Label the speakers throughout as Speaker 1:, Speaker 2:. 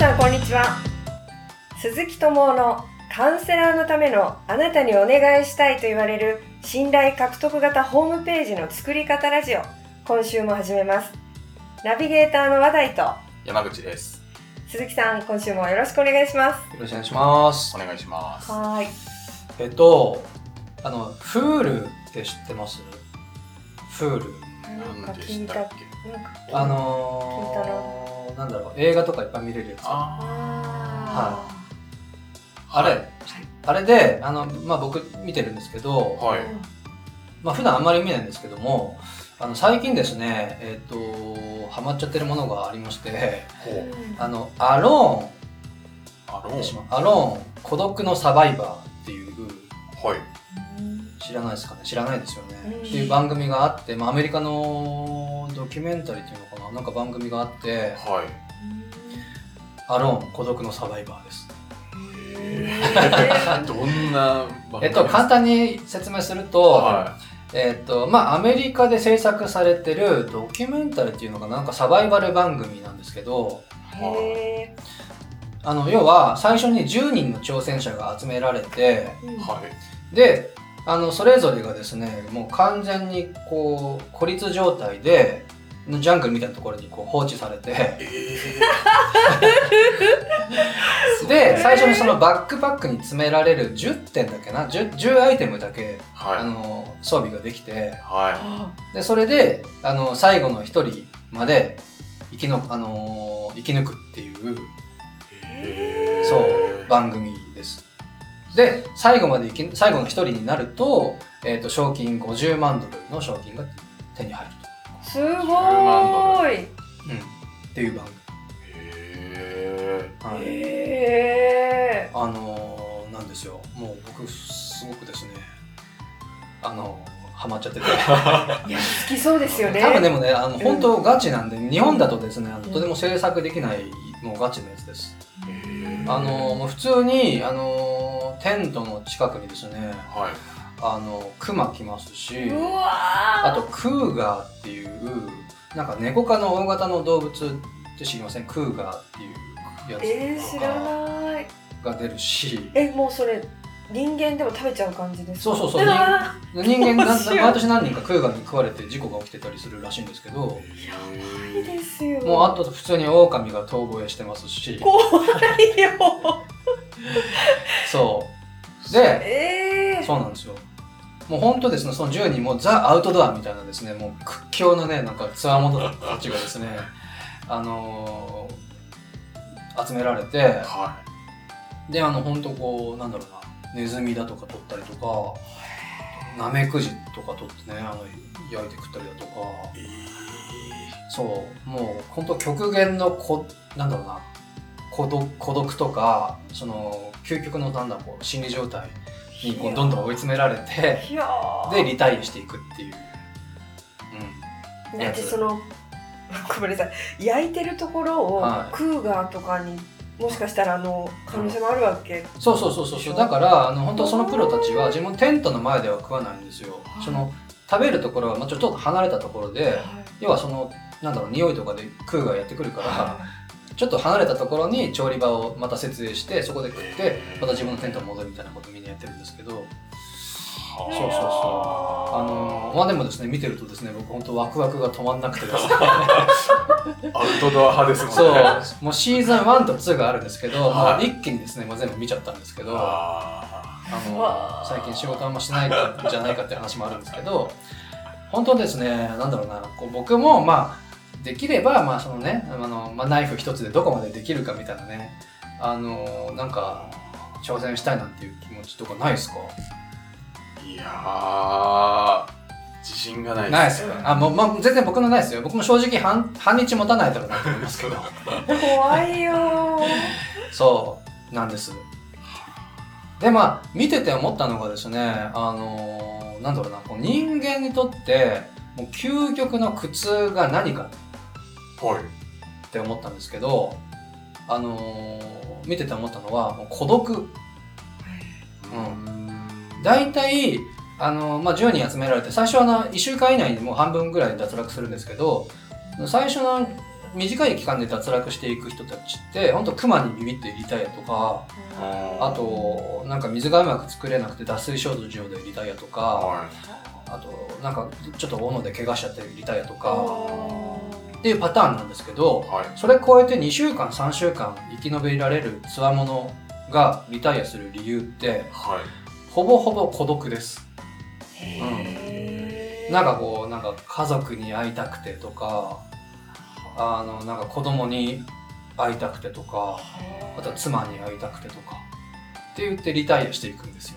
Speaker 1: は鈴木智夫のカウンセラーのためのあなたにお願いしたいと言われる信頼獲得型ホームページの作り方ラジオ今週も始めますナビゲーターの話題と
Speaker 2: 山口です。
Speaker 1: 鈴木さん今週もよろしくお願いします
Speaker 3: よろしくお願いします
Speaker 2: お。願いします。
Speaker 1: はーい
Speaker 3: えっと、あの、フールって知ってますフール。
Speaker 1: なんか聞いた
Speaker 2: なんでし
Speaker 1: なんか
Speaker 3: あのー、なんだろう、映画とかいっぱい見れるやつ。あ
Speaker 2: あ
Speaker 1: あ
Speaker 3: れ、あれで、あの、まあ、僕見てるんですけ
Speaker 2: ー
Speaker 3: ど、
Speaker 2: はい。
Speaker 3: まあ、普段あんまり見ないんですけども、あの、最近ですね、えっと、ハマっちゃってるものがありまして、
Speaker 2: こう。
Speaker 3: あの、アロ
Speaker 2: あの
Speaker 3: ーン、アローン、孤独のサバイバーっていう、
Speaker 2: はい。
Speaker 3: 知らないですかね知らないですよね、
Speaker 1: うん
Speaker 3: っていう番組があって、まあ、アメリカのドキュメンタリーっていうのかななんか番組があって
Speaker 2: はい。
Speaker 3: 「アローン孤独のサバイバー」です、
Speaker 2: どんな番組
Speaker 3: えっと
Speaker 2: ですか
Speaker 3: 簡単に説明すると,、
Speaker 2: は
Speaker 3: えっとまあ、アメリカで制作されてるドキュメンタリーっていうのかななんかサバイバル番組なんですけど
Speaker 1: へえ
Speaker 3: あの要は最初に10人の挑戦者が集められて
Speaker 2: い。はい。
Speaker 3: であのそれぞれがですねもう完全にこう孤立状態でジャングルみたいなところにこう放置されて
Speaker 2: えー
Speaker 3: で最初にそのバックパックに詰められる10点だっけな 10, 10アイテムだけ、あ
Speaker 2: は
Speaker 3: の装備ができて
Speaker 2: い。は
Speaker 1: あ
Speaker 3: でそれであの最後の1人まで生きの、あの生き抜くっていう
Speaker 2: い。えー
Speaker 3: そう番組です。で最後まで生き最後の1人になると,、えー、と賞金50万ドルの賞金が手に入る
Speaker 1: すごーい
Speaker 3: と、うん、っていう番
Speaker 2: え
Speaker 3: 組、はい
Speaker 1: へえ
Speaker 3: あのー、なんですよもう僕すごくですねあのー、ハマっちゃってて。
Speaker 1: いや好きそうですよね
Speaker 3: 多分でもねあの
Speaker 1: ん
Speaker 3: 本当ガチなんで、日本だとですねあの
Speaker 1: うん
Speaker 3: とても制作できないもうガチのやつです、
Speaker 2: ーえー
Speaker 3: あのもう普通にあのテントの近くにですね
Speaker 2: はい。
Speaker 3: あのクマ来ますし
Speaker 1: うわー
Speaker 3: あとクーガーっていうなんか猫科の大型の動物って知りませんクーガーっていうや
Speaker 1: え
Speaker 3: つ
Speaker 1: ー、知
Speaker 3: とから
Speaker 1: ない
Speaker 3: が出るし、
Speaker 1: えもうそれ人間でも食べちゃう感じですか
Speaker 3: そうそうそう
Speaker 1: うわ
Speaker 3: 人間な
Speaker 1: どうしよう
Speaker 3: 毎年何人かクーガーに食われて事故が起きてたりするらしいんですけど
Speaker 1: ーいいですよ
Speaker 3: もうあと普通に狼が遠吠えしてますし
Speaker 1: 怖い よ
Speaker 3: そうで、
Speaker 1: えー、
Speaker 3: そうなんですよ。もう本当ですね、その10人もザ・アウトドアみたいなですね、もう屈強なね、なんかつわものたちがですね、 あのー集められて、
Speaker 2: は
Speaker 3: で、あの、本当こう、なんだろうな、ネズミだとか取ったりとか、ナメクジとか取ってね、あの、焼いて食ったりだとか、
Speaker 2: い。え
Speaker 3: そう、もう本当極限のこ、なんだろうな、孤独孤独とか、その、究極のなんだこう、心理状態にこうどんどん追い詰められて、
Speaker 1: いやー
Speaker 3: でリタイアしていくっていう、
Speaker 1: だってその ごめんなさい焼いてるところを、
Speaker 3: はい
Speaker 1: クーガーとかにもしかしたらあの可能性もあるわけ、
Speaker 3: うん、そうそうそうそうそうだからあの本当そのプロたちは自分のテントの前では食わないんですよ
Speaker 1: はい
Speaker 3: その食べるところは、まあ、ちょっと離れたところで要はそのなんだろう匂いとかで空がやってくるからちょっと離れたところに調理場をまた設営してそこで食ってまた自分のテントに戻るみたいなことみんなやってるんですけど
Speaker 2: そう
Speaker 3: そうそうあのまあでもですね見てるとですね僕本当ワクワクが止まんなくてですね
Speaker 2: アウトドア派ですもんね。
Speaker 3: そう、もうシーズン1と2があるんですけど、
Speaker 2: はい
Speaker 3: もう一気にですね、まあ、全部見ちゃったんですけど、あ
Speaker 2: あ
Speaker 1: わあ
Speaker 3: の最近仕事あんましてないんじゃないかって話もあるんですけど、本当ですね、なんだろうな、こう僕もまあ、できれば、まあそのね、あのまあ、ナイフ一つでどこまでできるかみたいなね、あのなんか、挑戦したいなんていう気持ちとかないですか
Speaker 2: ーいやー、自信がない
Speaker 3: ない
Speaker 2: で。
Speaker 3: ですすかあもう、まあ、全然僕のないですよ。僕も正直半、半日持たないだろうなと思いますけど。
Speaker 1: 怖いよー
Speaker 3: そうなんです。でまあ見てて思ったのがですねあのーなんだろうなこう人間にとってもう究極の苦痛が何か
Speaker 2: はい。
Speaker 3: って思ったんですけどあのー見てて思ったのはもう孤独
Speaker 2: うん
Speaker 3: 大体あのーまあ、10人集められて最初はな1週間以内にもう半分ぐらい脱落するんですけど最初の短い期間で脱落していく人たちって本当クマにビビってリタイアとかあとなんか水がうまく作れなくて脱水症状でリタイアとか
Speaker 2: は
Speaker 3: あとなんかちょっと斧で怪我しちゃってリタイアとか
Speaker 1: あ
Speaker 3: っていうパターンなんですけど
Speaker 2: いはい
Speaker 3: それ超えて2週間3週間生き延びられるつわものがリタイアする理由って
Speaker 2: は
Speaker 3: ほぼほぼ孤独です
Speaker 2: い
Speaker 1: へー
Speaker 3: なんかこうなんか家族に会いたくてとかあのなんか子供に会いたくてとかあとは妻に会いたくてとかって言ってリタイアしていくんですよ、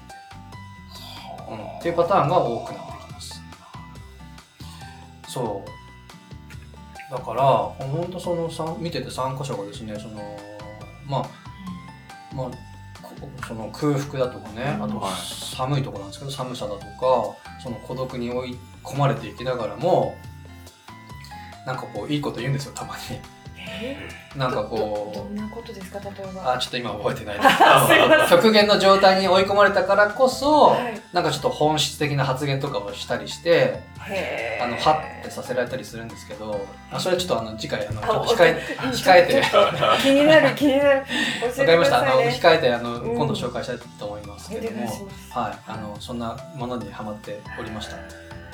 Speaker 3: うん、っていうパターンが多くなってきますそうだからほんとそのさん見てて参加者がですねそのまあまあこその空腹だとかねあと
Speaker 2: はい
Speaker 3: 寒いところなんですけど寒さだとかその孤独に追い込まれていきながらもなんかこういいこと言うんですよたま に
Speaker 1: え
Speaker 3: なんか
Speaker 1: ど
Speaker 3: こう
Speaker 1: どんなことですか例えば
Speaker 3: あちょっと今覚えてない
Speaker 1: すいま
Speaker 3: 極限の状態に追い込まれたからこそ、
Speaker 1: はい
Speaker 3: なんかちょっと本質的な発言とかをしたりして、
Speaker 1: へー
Speaker 3: あのはってさせられたりするんですけど、あそれちょっとあの次回あの
Speaker 1: あ
Speaker 3: ちょっと控え控え て
Speaker 1: 気になる気になる教え
Speaker 3: わか
Speaker 1: てく
Speaker 3: りま
Speaker 1: だ
Speaker 3: したあ
Speaker 1: さ
Speaker 3: の
Speaker 1: いね
Speaker 3: 控えてあの
Speaker 1: うん
Speaker 3: 今度紹介したいと思いますけど
Speaker 1: お願
Speaker 3: も、
Speaker 1: いします
Speaker 3: はいあのそんなものにハマっておりましたっ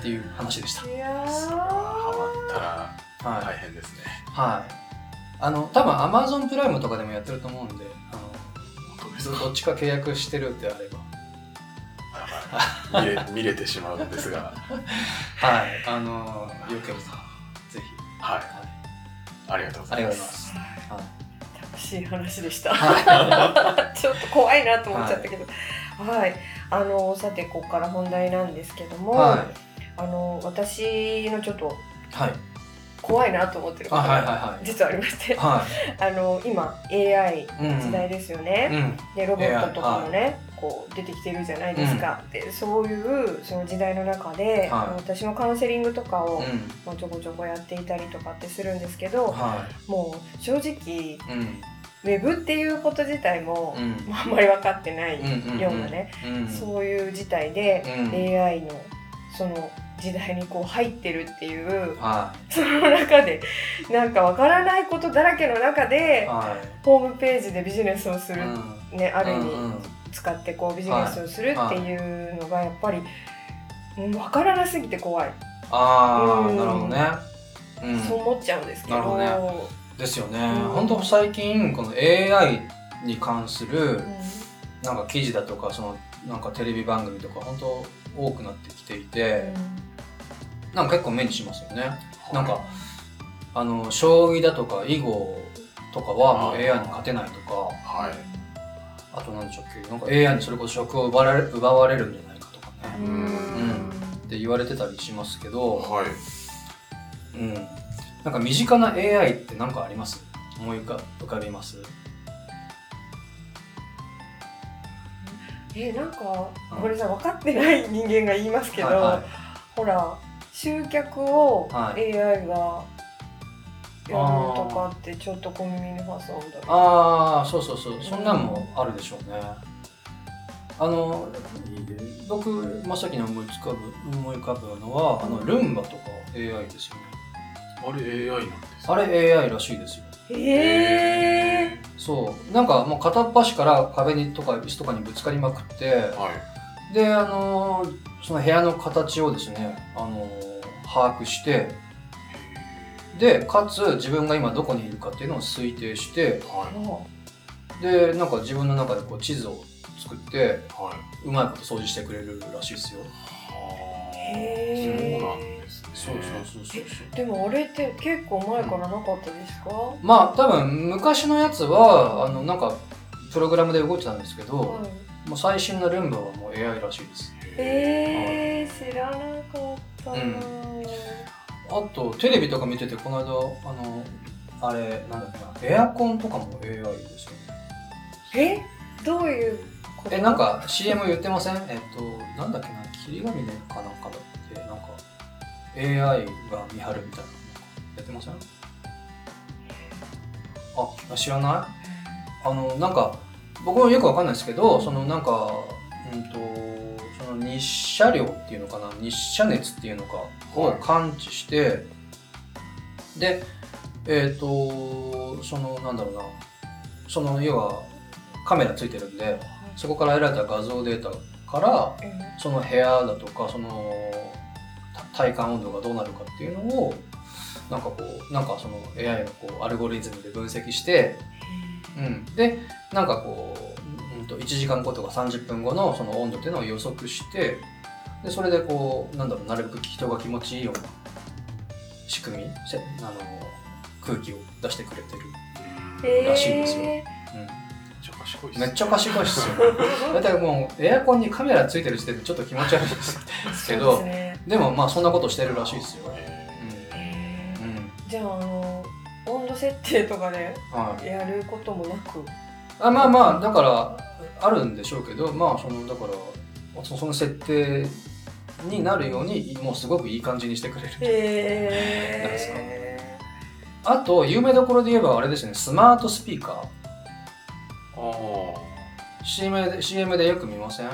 Speaker 3: ていう話でし
Speaker 1: いやー
Speaker 2: ハマったら
Speaker 3: た。はい、
Speaker 2: 大変ですね
Speaker 3: はい。あの多分 Amazon プライムとかでもやってると思うんで、あ
Speaker 2: 本当です
Speaker 3: のどっちか契約してるってあれば。
Speaker 2: か見れ見れてしまうんですが
Speaker 3: はい、あのよければぜひ、
Speaker 2: はい
Speaker 3: はい、
Speaker 2: ありがとうご
Speaker 3: あ
Speaker 2: ざ
Speaker 3: り
Speaker 2: い
Speaker 3: が
Speaker 2: ま
Speaker 3: とうございますす。
Speaker 1: 楽しい話でした
Speaker 3: はい、
Speaker 1: ちょっと怖いなと思っちゃったけど、はい、あのさてここから本題なんですけども、
Speaker 3: は
Speaker 1: あの私のちょっと
Speaker 3: い、はい、
Speaker 1: 怖いなと思ってる
Speaker 3: あ
Speaker 1: こと
Speaker 3: はいは
Speaker 1: が実はありまして、
Speaker 3: いは
Speaker 1: あの今 AI
Speaker 3: い、はい、
Speaker 1: 時代ですよね。
Speaker 3: うん、うん、
Speaker 1: でロボットとかもね、こう出てきてるじゃないですか。でそういうその時代の中で、
Speaker 3: はい
Speaker 1: あの私もカウンセリングとかを、
Speaker 3: うん、
Speaker 1: まあちょこちょこやっていたりとかってするんですけど、
Speaker 3: は
Speaker 1: もう正直
Speaker 3: い、うん、
Speaker 1: ウェブっていうこと自体も、
Speaker 3: うん、
Speaker 1: まああんまり分かってない
Speaker 3: うん、
Speaker 1: ようなね、
Speaker 3: うん、
Speaker 1: そういう事態で
Speaker 3: う、ん、
Speaker 1: AI のその時代にこう入ってるっていう
Speaker 3: は
Speaker 1: その中でなんかわからないことだらけの中
Speaker 3: い、
Speaker 1: で
Speaker 3: は
Speaker 1: ホームページでビジネスをす
Speaker 3: い、
Speaker 1: る、
Speaker 3: ん、
Speaker 1: ねある意味
Speaker 3: うんうん
Speaker 1: 使ってこうビジネスをするっ
Speaker 3: は
Speaker 1: て
Speaker 3: い
Speaker 1: いうのがやっぱりうんわからなすぎて怖い、
Speaker 3: ああ、
Speaker 1: うん
Speaker 3: なるほどね。う、
Speaker 1: そうん思っちゃうんですけど
Speaker 3: なるほどですよね。
Speaker 1: うん
Speaker 3: 本当最近この AI に関するなんか記事だとかそのなんかテレビ番組とか本当多くなってきていて、なんか結構目にしますよね。なんかあの将棋だとか囲碁とかはも
Speaker 2: あ
Speaker 3: う AI
Speaker 2: ー
Speaker 3: に勝てないとか
Speaker 2: はい
Speaker 3: あと何でしょうっけなんか AI にそれこそ職を奪われ奪われるんじゃないかとかね
Speaker 1: うん
Speaker 2: うん
Speaker 3: って言われてたりしますけど、
Speaker 2: はい
Speaker 3: うん、なんか身近な AI って何かあります思い浮か浮かびます
Speaker 1: えなんかこれさ分かってない人間が言いますけど、
Speaker 3: はいは
Speaker 1: ほら集客を
Speaker 3: は
Speaker 1: AI
Speaker 3: い
Speaker 1: がやるとかってちょっと小耳に挟んだり、
Speaker 3: ああそうそうそうそんなんもあるでしょうね。あの僕真っ先に思いつかぶ思い浮かぶのはあのルンバとか AI ですよね。
Speaker 2: あれ AI なんです
Speaker 3: あれ AI らしいですよ。
Speaker 1: え
Speaker 3: そうなんかもう片っ端から壁にとか椅子とかにぶつかりまくって
Speaker 2: はい
Speaker 3: であのーその部屋の形をですねあのー把握してでかつ自分が今どこにいるかっていうのを推定して
Speaker 2: は
Speaker 1: ー
Speaker 2: い
Speaker 1: も
Speaker 3: でなんか自分の中でこう地図を作って
Speaker 2: はいう
Speaker 3: まいこと掃除してくれるらしいですよ。
Speaker 2: は
Speaker 1: う
Speaker 2: あ
Speaker 1: へ
Speaker 2: そうなん
Speaker 1: ー
Speaker 2: ですね
Speaker 3: そうそうそう。
Speaker 1: でもあれって結構前からなかったですか、
Speaker 3: まあ多分昔のやつはあのなんかプログラムで動いてたんですけど、
Speaker 1: はい
Speaker 3: もう最新のルンバはもう AI らしいです。
Speaker 1: えー、知らなかったな、
Speaker 3: うんあとテレビとか見ててこの間あのあれなんだっけなエアコンとかも AI ですよね。
Speaker 1: えどういうこと
Speaker 3: えなんか CM 言ってません？えっとなんだっけな霧ヶ峰かなんかだってなんか AI が見張るみたいなやってません？あ知らない？あのなんか僕もよくわかんないですけどそのなんかうんとその日射量っていうのかな日射熱っていうのかを
Speaker 2: はい
Speaker 3: 感知して、でえっ、とそのなんだろうなその要はカメラついてるんでそこから得られた画像データから
Speaker 1: うん
Speaker 3: その部屋だとかそのた体感温度がどうなるかっていうのをなんかこうなんかその AI がこうアルゴリズムで分析して、うん、でなんかこう、うん、と1時間後とか30分後のその温度っていうのを予測してでそれでこうなんだろうなるべく人が気持ちいいような仕組みせあの空気を出してくれてる、
Speaker 1: えー
Speaker 3: らしいですよ
Speaker 2: ちょ賢いっ
Speaker 3: うん、
Speaker 2: す
Speaker 3: めっちゃ賢いっす よだいたいもうエアコンにカメラついてる時点でちょっと気持ち悪いです
Speaker 1: そ
Speaker 3: け
Speaker 1: うで
Speaker 3: ど
Speaker 1: すね
Speaker 3: でもまあそんなことしてるらしいですよ。
Speaker 2: え
Speaker 1: えー
Speaker 3: うん。
Speaker 1: じゃああの温度設定とかで
Speaker 3: はい。
Speaker 1: やることもなく
Speaker 3: あまあまあだからあるんでしょうけど、まあそのだからそその設定になるようにもうすごくいい感じにしてくれる。
Speaker 1: え
Speaker 3: なんですか
Speaker 1: え
Speaker 3: あと有名どころで言えばあれですね、スマートスピーカー。
Speaker 2: ー、あ
Speaker 3: CM で CM でよく見ません？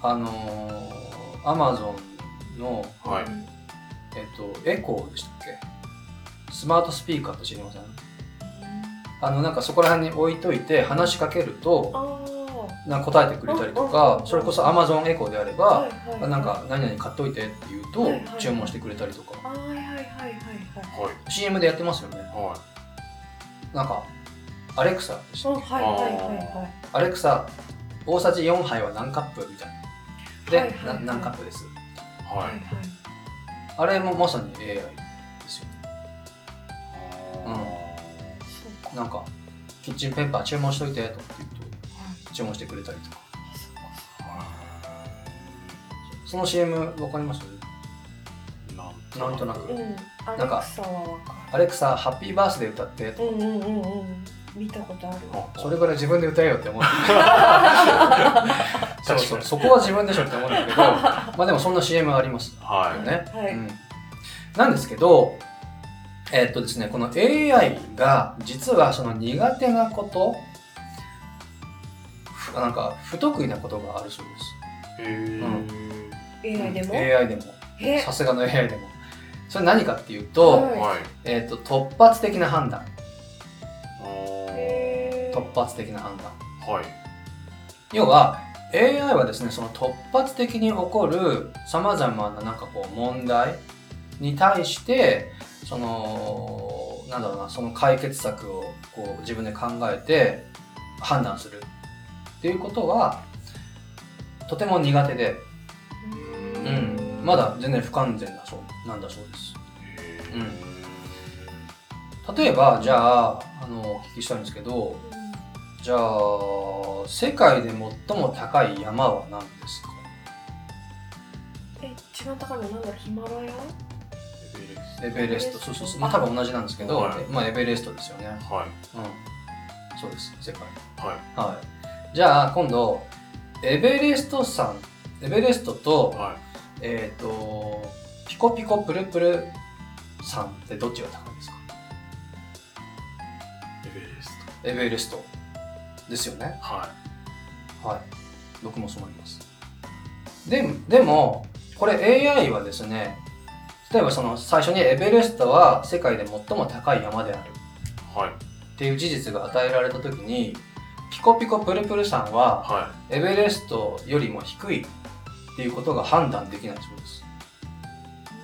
Speaker 3: あのー、Amazon の
Speaker 2: あはい
Speaker 3: えっとエコーでしたっけ？スマートスピーカーって知りません？あのなんかそこら辺に置いといて話しかけると
Speaker 1: あ
Speaker 3: なんか答えてくれたりとか、それこそ Amazon エコーであれ
Speaker 1: あ
Speaker 3: ば。
Speaker 1: はいはいはい
Speaker 3: なんか何々買っといてって言う
Speaker 1: はいは
Speaker 3: と
Speaker 1: い
Speaker 3: 注文してくれたりとか、
Speaker 1: あーはいはいはいはいはい
Speaker 2: はい
Speaker 3: CM でやってますよね
Speaker 2: は
Speaker 3: なんかアレクサでし
Speaker 1: あ
Speaker 3: たっ
Speaker 1: はい
Speaker 3: け
Speaker 1: はいはいはい
Speaker 3: アレクサ大さじ4杯は何カップみたいなで、
Speaker 1: はいはいはい
Speaker 3: な何カップです
Speaker 2: いは
Speaker 1: はい
Speaker 2: い
Speaker 1: はい
Speaker 3: あれもまさに AI ですよね
Speaker 2: あ
Speaker 1: そうか
Speaker 3: なんかキッチンペーパー注文しといてとかって言うと注文してくれたりとか
Speaker 1: あそうかそう
Speaker 2: ー
Speaker 3: その CM わかります
Speaker 2: な
Speaker 3: なんん
Speaker 2: と
Speaker 3: と
Speaker 2: な
Speaker 3: な
Speaker 2: く
Speaker 3: く
Speaker 1: うんアレ
Speaker 3: なんか
Speaker 1: クサはわか
Speaker 3: アレクサハッピーバースデー歌って
Speaker 1: るうんうんうんうん見たことある
Speaker 2: あ
Speaker 3: それぐらい自分で歌えよって 思ってそうそうそこは自分でしょって思うん だけどまあでもそんな CM あります
Speaker 2: はい
Speaker 3: よね、
Speaker 1: はい
Speaker 3: うん、なんですけどえっとですねこの AI が実はその苦手なことふなんか不得意なことがあるそう
Speaker 2: へえ、
Speaker 3: うん
Speaker 1: AI で
Speaker 3: です、
Speaker 1: も
Speaker 3: AI でも
Speaker 1: え
Speaker 3: さすがの AI でもそれ何かっていうと,、
Speaker 1: はい
Speaker 2: はい
Speaker 3: えっと突発的な判断
Speaker 2: あー
Speaker 1: えー
Speaker 3: 突発的な判断
Speaker 2: はい
Speaker 3: 要は AI はですねその突発的に起こるさまざまななんかこう問題に対してそのなんだろうなその解決策をこう自分で考えて判断するっていうことはとても苦手で、
Speaker 1: う
Speaker 3: うんん、まだ全然不完全だそうなんだそうです。
Speaker 2: へー
Speaker 3: うん例えばじゃああのお聞きしたいんですけどじゃあ世界で最も高い山は何ですか
Speaker 1: え一番高いのなんだヒマラヤ
Speaker 2: エベレス
Speaker 3: エベレスト、そうそうそう、まあ多分同じなんですけど、
Speaker 2: はい
Speaker 3: まあエベレストですよね。
Speaker 2: トはい
Speaker 3: うん。そうです、世界。
Speaker 2: はい
Speaker 3: はい。じゃあ今度、エベレスト山、エベレストと、
Speaker 2: は
Speaker 3: えっ、と、ピコピコプルプル山ってどっちが高いですか
Speaker 2: いエベレスト
Speaker 3: エベレストですよね。
Speaker 2: は
Speaker 3: はい。僕もそう思います。で、でも、これ AI はですね、例えばその最初にエベレストは世界で最も高い山である。
Speaker 2: いはい
Speaker 3: っていう事実が与えられた時にピコピコプルプルさんは
Speaker 2: は
Speaker 3: エベレストよりも低いっていうことが判断できないそうです
Speaker 2: い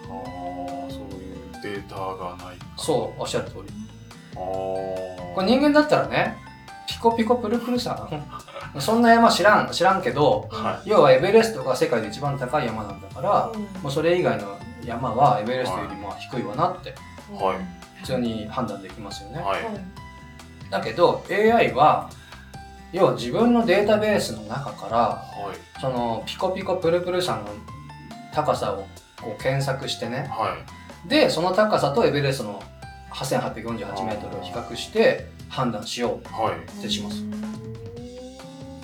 Speaker 2: あーそういうデータがないから
Speaker 3: そうおっしゃる通り
Speaker 2: あー
Speaker 3: これ人間だったらねピコピコプルプルさん そんな山知らん知らんけど
Speaker 2: は
Speaker 3: 要はエベレストが世界で一番高い山なんだからもうそれ以外の山はエベレストよりも低いわなって
Speaker 1: うん
Speaker 2: はい
Speaker 3: 普通に判断できますよね
Speaker 2: いはい
Speaker 3: だけど AI は要は自分のデータベースの中から
Speaker 2: はい
Speaker 3: そのピコピコプルプルさんの高さをこう検索してね
Speaker 2: はい
Speaker 3: でその高さとエベレストの 8848m を比較して判断しよ
Speaker 2: はい
Speaker 1: うん
Speaker 3: 失礼しますう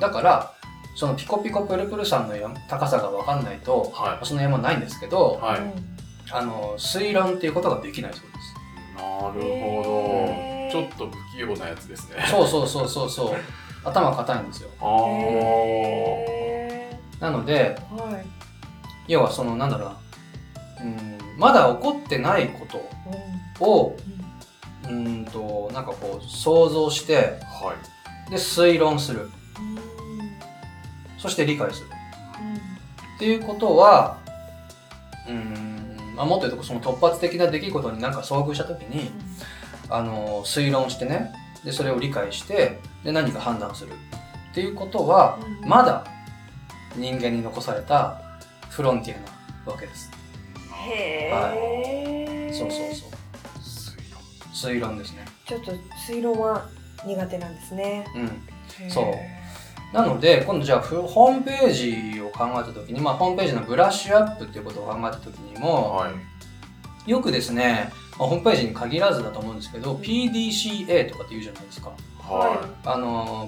Speaker 3: だからそのピコピコプルプルさんの山高さが分かんないと
Speaker 2: は
Speaker 3: その山ないんですけど、
Speaker 2: いはい
Speaker 1: うん
Speaker 3: あの推論っていうことができないそうです
Speaker 2: なる
Speaker 1: へー
Speaker 2: ほどちょっと不器用なやつですね
Speaker 3: そうそうそうそうそう頭固いんですよ
Speaker 2: あー
Speaker 1: へ
Speaker 3: なので
Speaker 1: ーはい
Speaker 3: 要はそのなんだろうなうんまだ起こってないことを
Speaker 1: うん
Speaker 3: うんとなんかこう想像して
Speaker 2: はい。
Speaker 3: で推論する
Speaker 1: う
Speaker 3: そして理解する
Speaker 1: ん
Speaker 3: っていうことはうん、まあ、もっと言うとその突発的な出来事になんか遭遇した時にあの推論してねでそれを理解してで何か判断するっていうことは
Speaker 1: うん
Speaker 3: まだ人間に残されたフロンティアなわけです。
Speaker 1: へえ、
Speaker 3: そうそうそう
Speaker 2: 水温
Speaker 3: 推論ですね。
Speaker 1: ちょっと推論は苦手なんですね
Speaker 3: うん、
Speaker 1: へー
Speaker 3: そうなので今度じゃあふホームページを考えた時に、まあ、ホームページのブラッシュアップっていうことを考えた時にも、
Speaker 2: はい。
Speaker 3: よくですね、まあ、ホームページに限らずだと思うんですけど PDCA とかって言うじゃないですか。
Speaker 2: は
Speaker 3: あの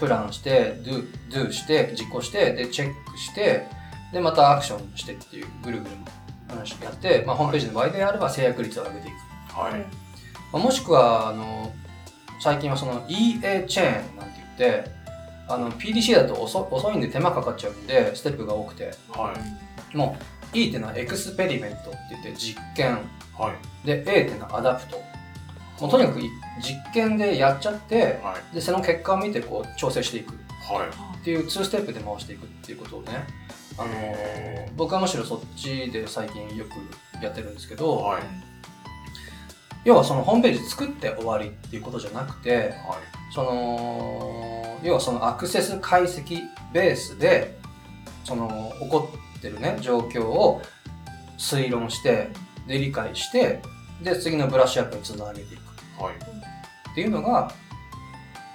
Speaker 3: プランして、do, do して、実行して、で、チェックして、で、またアクションしてっていう、ぐるぐる話をやって、まあ、ホームページの場合であれば制約率を上げていく。
Speaker 2: い。はい。
Speaker 3: まあ、もしくは、あの、最近はその EA チェーンなんて言って、あの、PDC だと遅遅いんで手間かかっちゃうんで、ステップが多くて、
Speaker 2: は
Speaker 3: もう E ってのはエクスペリメントって言って実験、
Speaker 2: はい。
Speaker 3: で、A ってのはアダプト。もうとにかくい実験でやっちゃって、
Speaker 2: はい。
Speaker 3: で、その結果を見てこう調整していく。
Speaker 2: はい。
Speaker 3: っていう2ステップで回していくっていうことをね、あのー僕はむしろそっちで最近よくやってるんですけど、
Speaker 2: はい。
Speaker 3: 要はそのホームページ作って終わりっていうことじゃなくて
Speaker 2: はい。
Speaker 3: その要はそのアクセス解析ベースでその起こってるね状況を推論してで理解してで次のブラッシュアップにつなげていく
Speaker 2: はい。
Speaker 3: っていうのが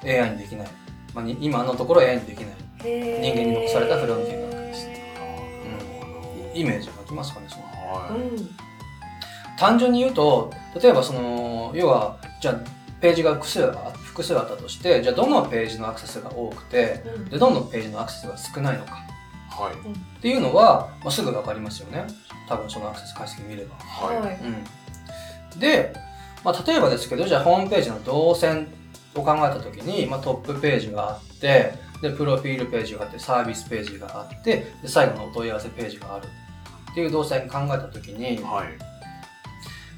Speaker 3: AI にできない、まあ、に今のところ AI にできない人
Speaker 1: 人
Speaker 3: 間に残されたフロンティアなわけですイ
Speaker 2: 今。
Speaker 3: メージがきますかねその
Speaker 1: う
Speaker 2: は
Speaker 1: ん
Speaker 3: 単純に言うと例えばその要はじゃあページが複数あ複数あったとしてじゃあどのページのアクセスが多くて
Speaker 1: うん
Speaker 3: でどのページのアクセスが少ないのか
Speaker 2: い。はい。
Speaker 3: っていうのは、まあ、すぐ分かりますよね多分そのアクセス解析見れば。
Speaker 2: はい。
Speaker 1: い
Speaker 3: うん、で、まあ、例えばですけどじゃあホームページの動線を考えた時に、まあ、トップページがあってでプロフィールページがあってサービスページがあってで最後のお問い合わせページがあるっていう動線考えた時に、
Speaker 2: はい。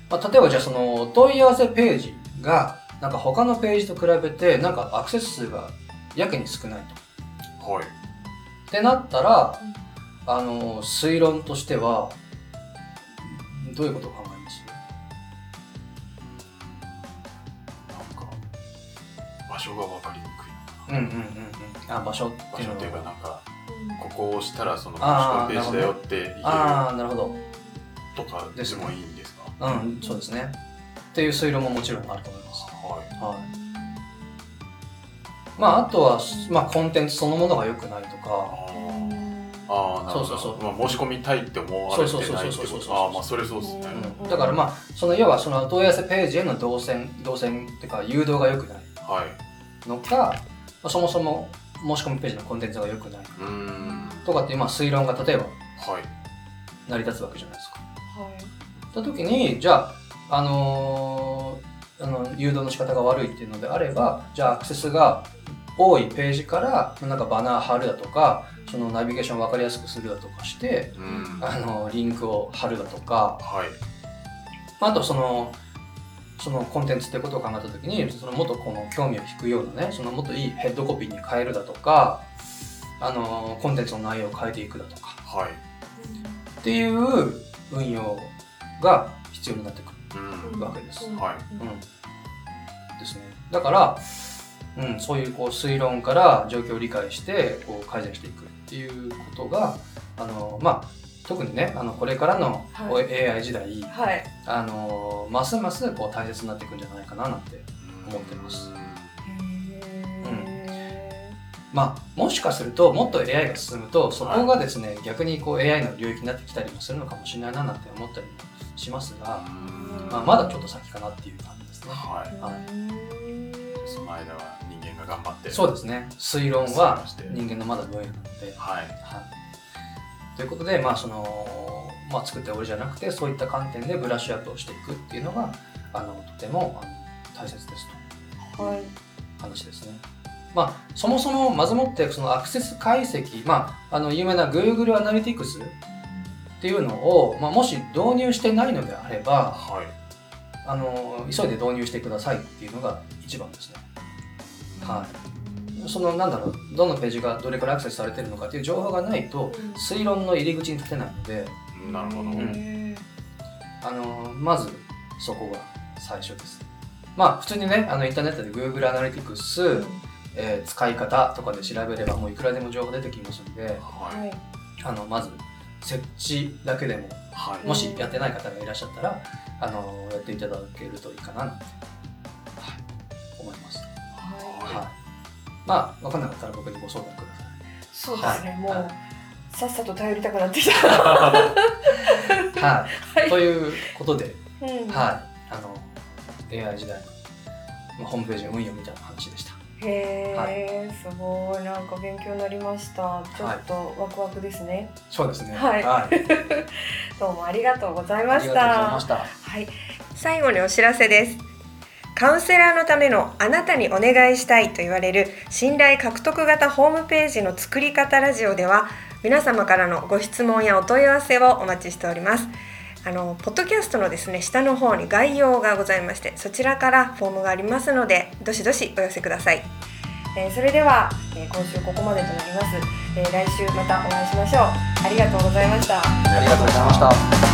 Speaker 3: まあ、例えばじゃあそのお問い合わせページがなんか他のページと比べてなんかアクセス数がやけに少ないと。
Speaker 2: はい。
Speaker 3: ってなったら、あの推論としてはどういうことを考えます
Speaker 2: なんか、場所が分かりにくい。
Speaker 3: うんうんうんうん。あ場所って
Speaker 2: 場
Speaker 3: いう
Speaker 2: 所
Speaker 3: の
Speaker 2: っていうか、なん
Speaker 1: う
Speaker 2: か、
Speaker 1: ん
Speaker 2: ここを押したらその
Speaker 3: あ
Speaker 2: 公
Speaker 3: ー
Speaker 2: 式のページだよって言える
Speaker 3: ああなるほど。
Speaker 2: とかでもいいんですか
Speaker 3: うんそうですね。っていう推論ももちろんあると思います。
Speaker 2: はい。
Speaker 3: はい。まああとはまあコンテンツそのものが良くないとか。
Speaker 2: ああ。ああ、なるほど。
Speaker 3: そうそうそう
Speaker 2: まあ、申し込みたいって思われてないって
Speaker 3: そうそう
Speaker 2: こ
Speaker 3: そうそうそう
Speaker 2: と。ああ、まあ、それそうですね。
Speaker 3: うんだからまあその要はその問い合わせページへの動線動線っていうか誘導が良くない
Speaker 2: はい。
Speaker 3: のか、まあそもそも申し込みページのコンテンツが良くないう
Speaker 2: ーん。
Speaker 3: とかっていうまあ推論が例えば
Speaker 2: はい。
Speaker 3: 成り立つわけじゃないですか。
Speaker 1: はい
Speaker 3: った時にじゃあ、あのーあの誘導の仕方が悪いっていうのであればじゃあアクセスが多いページからなんかバナー貼るだとかそのナビゲーション分かりやすくするだとかして、
Speaker 2: うーん。は
Speaker 3: あのリンクを貼るだとか
Speaker 2: い。
Speaker 3: あとそのそのコンテンツってことを考えた時にそのもっとこの興味を引くようなねそのもっといいヘッドコピーに変えるだとか、あのーコンテンツの内容を変えていくだとか
Speaker 2: はい。
Speaker 3: っていう運用が必要になってく
Speaker 2: う
Speaker 1: うん
Speaker 2: ん。
Speaker 3: るわけです。
Speaker 2: はい。
Speaker 3: うん、ですね。だから、うん、そういうこう推論から状況を理解してこう改善していくっていうことがあの、まあ、特にねあのこれからの
Speaker 1: はい
Speaker 3: お AI 時代、
Speaker 1: はい
Speaker 3: あのますますこう大切になっていくんじゃないかななんて、思ってます
Speaker 2: うーん
Speaker 3: まあ、もしかするともっと AI が進むとそこがですね、逆にこう AI の領域になってきたりもするのかもしれないななんて思ったりもしますが、
Speaker 2: うーん
Speaker 3: まあ、まだちょっと先かなっていう感じですね。
Speaker 2: はい。
Speaker 3: は
Speaker 2: その間は人間が頑張って。
Speaker 3: そうですね推論は
Speaker 2: して
Speaker 3: 人間のまだ分野なので、
Speaker 2: はい。
Speaker 3: はい、ということで、まあそのまあ、作って終わりじゃなくてそういった観点でブラッシュアップをしていくっていうのがあのとてもあの大切です
Speaker 1: はい
Speaker 3: と話ですね。まあ、そもそもまずもってそのアクセス解析、まあ、あの有名な Google Analytics っていうのを、まあ、もし導入してないのであれば
Speaker 2: はい。
Speaker 3: あの急いで導入してくださいっていうのが一番ですね。はい、そのなんだろうどのページがどれくらいアクセスされてるのかっていう情報がないと
Speaker 1: うん
Speaker 3: 推論の入り口に立てないので
Speaker 2: なるほど。
Speaker 1: う
Speaker 3: うん
Speaker 1: ん
Speaker 3: あのまずそこが最初です。まあ普通にねあのインターネットで Google アナリティクス、えー使い方とかで調べればもういくらでも情報出てきますんで
Speaker 2: は。
Speaker 1: はいい
Speaker 3: あのまず設置だけでも
Speaker 2: はい。
Speaker 3: もしやってない方がいらっしゃったらあのやっていただけるといいかなって、はい、思います。はい
Speaker 2: は
Speaker 3: まあ分かんなかったら僕にご相談ください。
Speaker 1: そうですね、
Speaker 3: はい
Speaker 1: も
Speaker 3: は
Speaker 1: うさっさと頼りたくなってきた。は
Speaker 3: はい い、ということで、
Speaker 1: うん
Speaker 3: はい、あの AI 時代の、まあ、ホームページの運用みたいな話でした。
Speaker 1: へえ、すごいなんか勉強になりました。ちょっとワクワクですね。
Speaker 3: そうですね。
Speaker 1: はい
Speaker 3: あり
Speaker 1: どうもありがとうござい
Speaker 3: が
Speaker 1: ま
Speaker 3: とう
Speaker 1: し
Speaker 3: ござい
Speaker 1: た
Speaker 3: ま。した。
Speaker 1: はい、最後にお知らせです。カウンセラーのためのあなたにお願いしたいと言われる信頼獲得型ホームページの作り方ラジオでは皆様からのご質問やお問い合わせをお待ちしております。あのポッドキャストのですね下の方に概要がございましてそちらからフォームがありますのでどしどしお寄せください。えーそれでは、えー今週ここまでとなります、えー来週またお会いしましょう。ありがとうございました。
Speaker 2: い。
Speaker 3: ありがとうございました。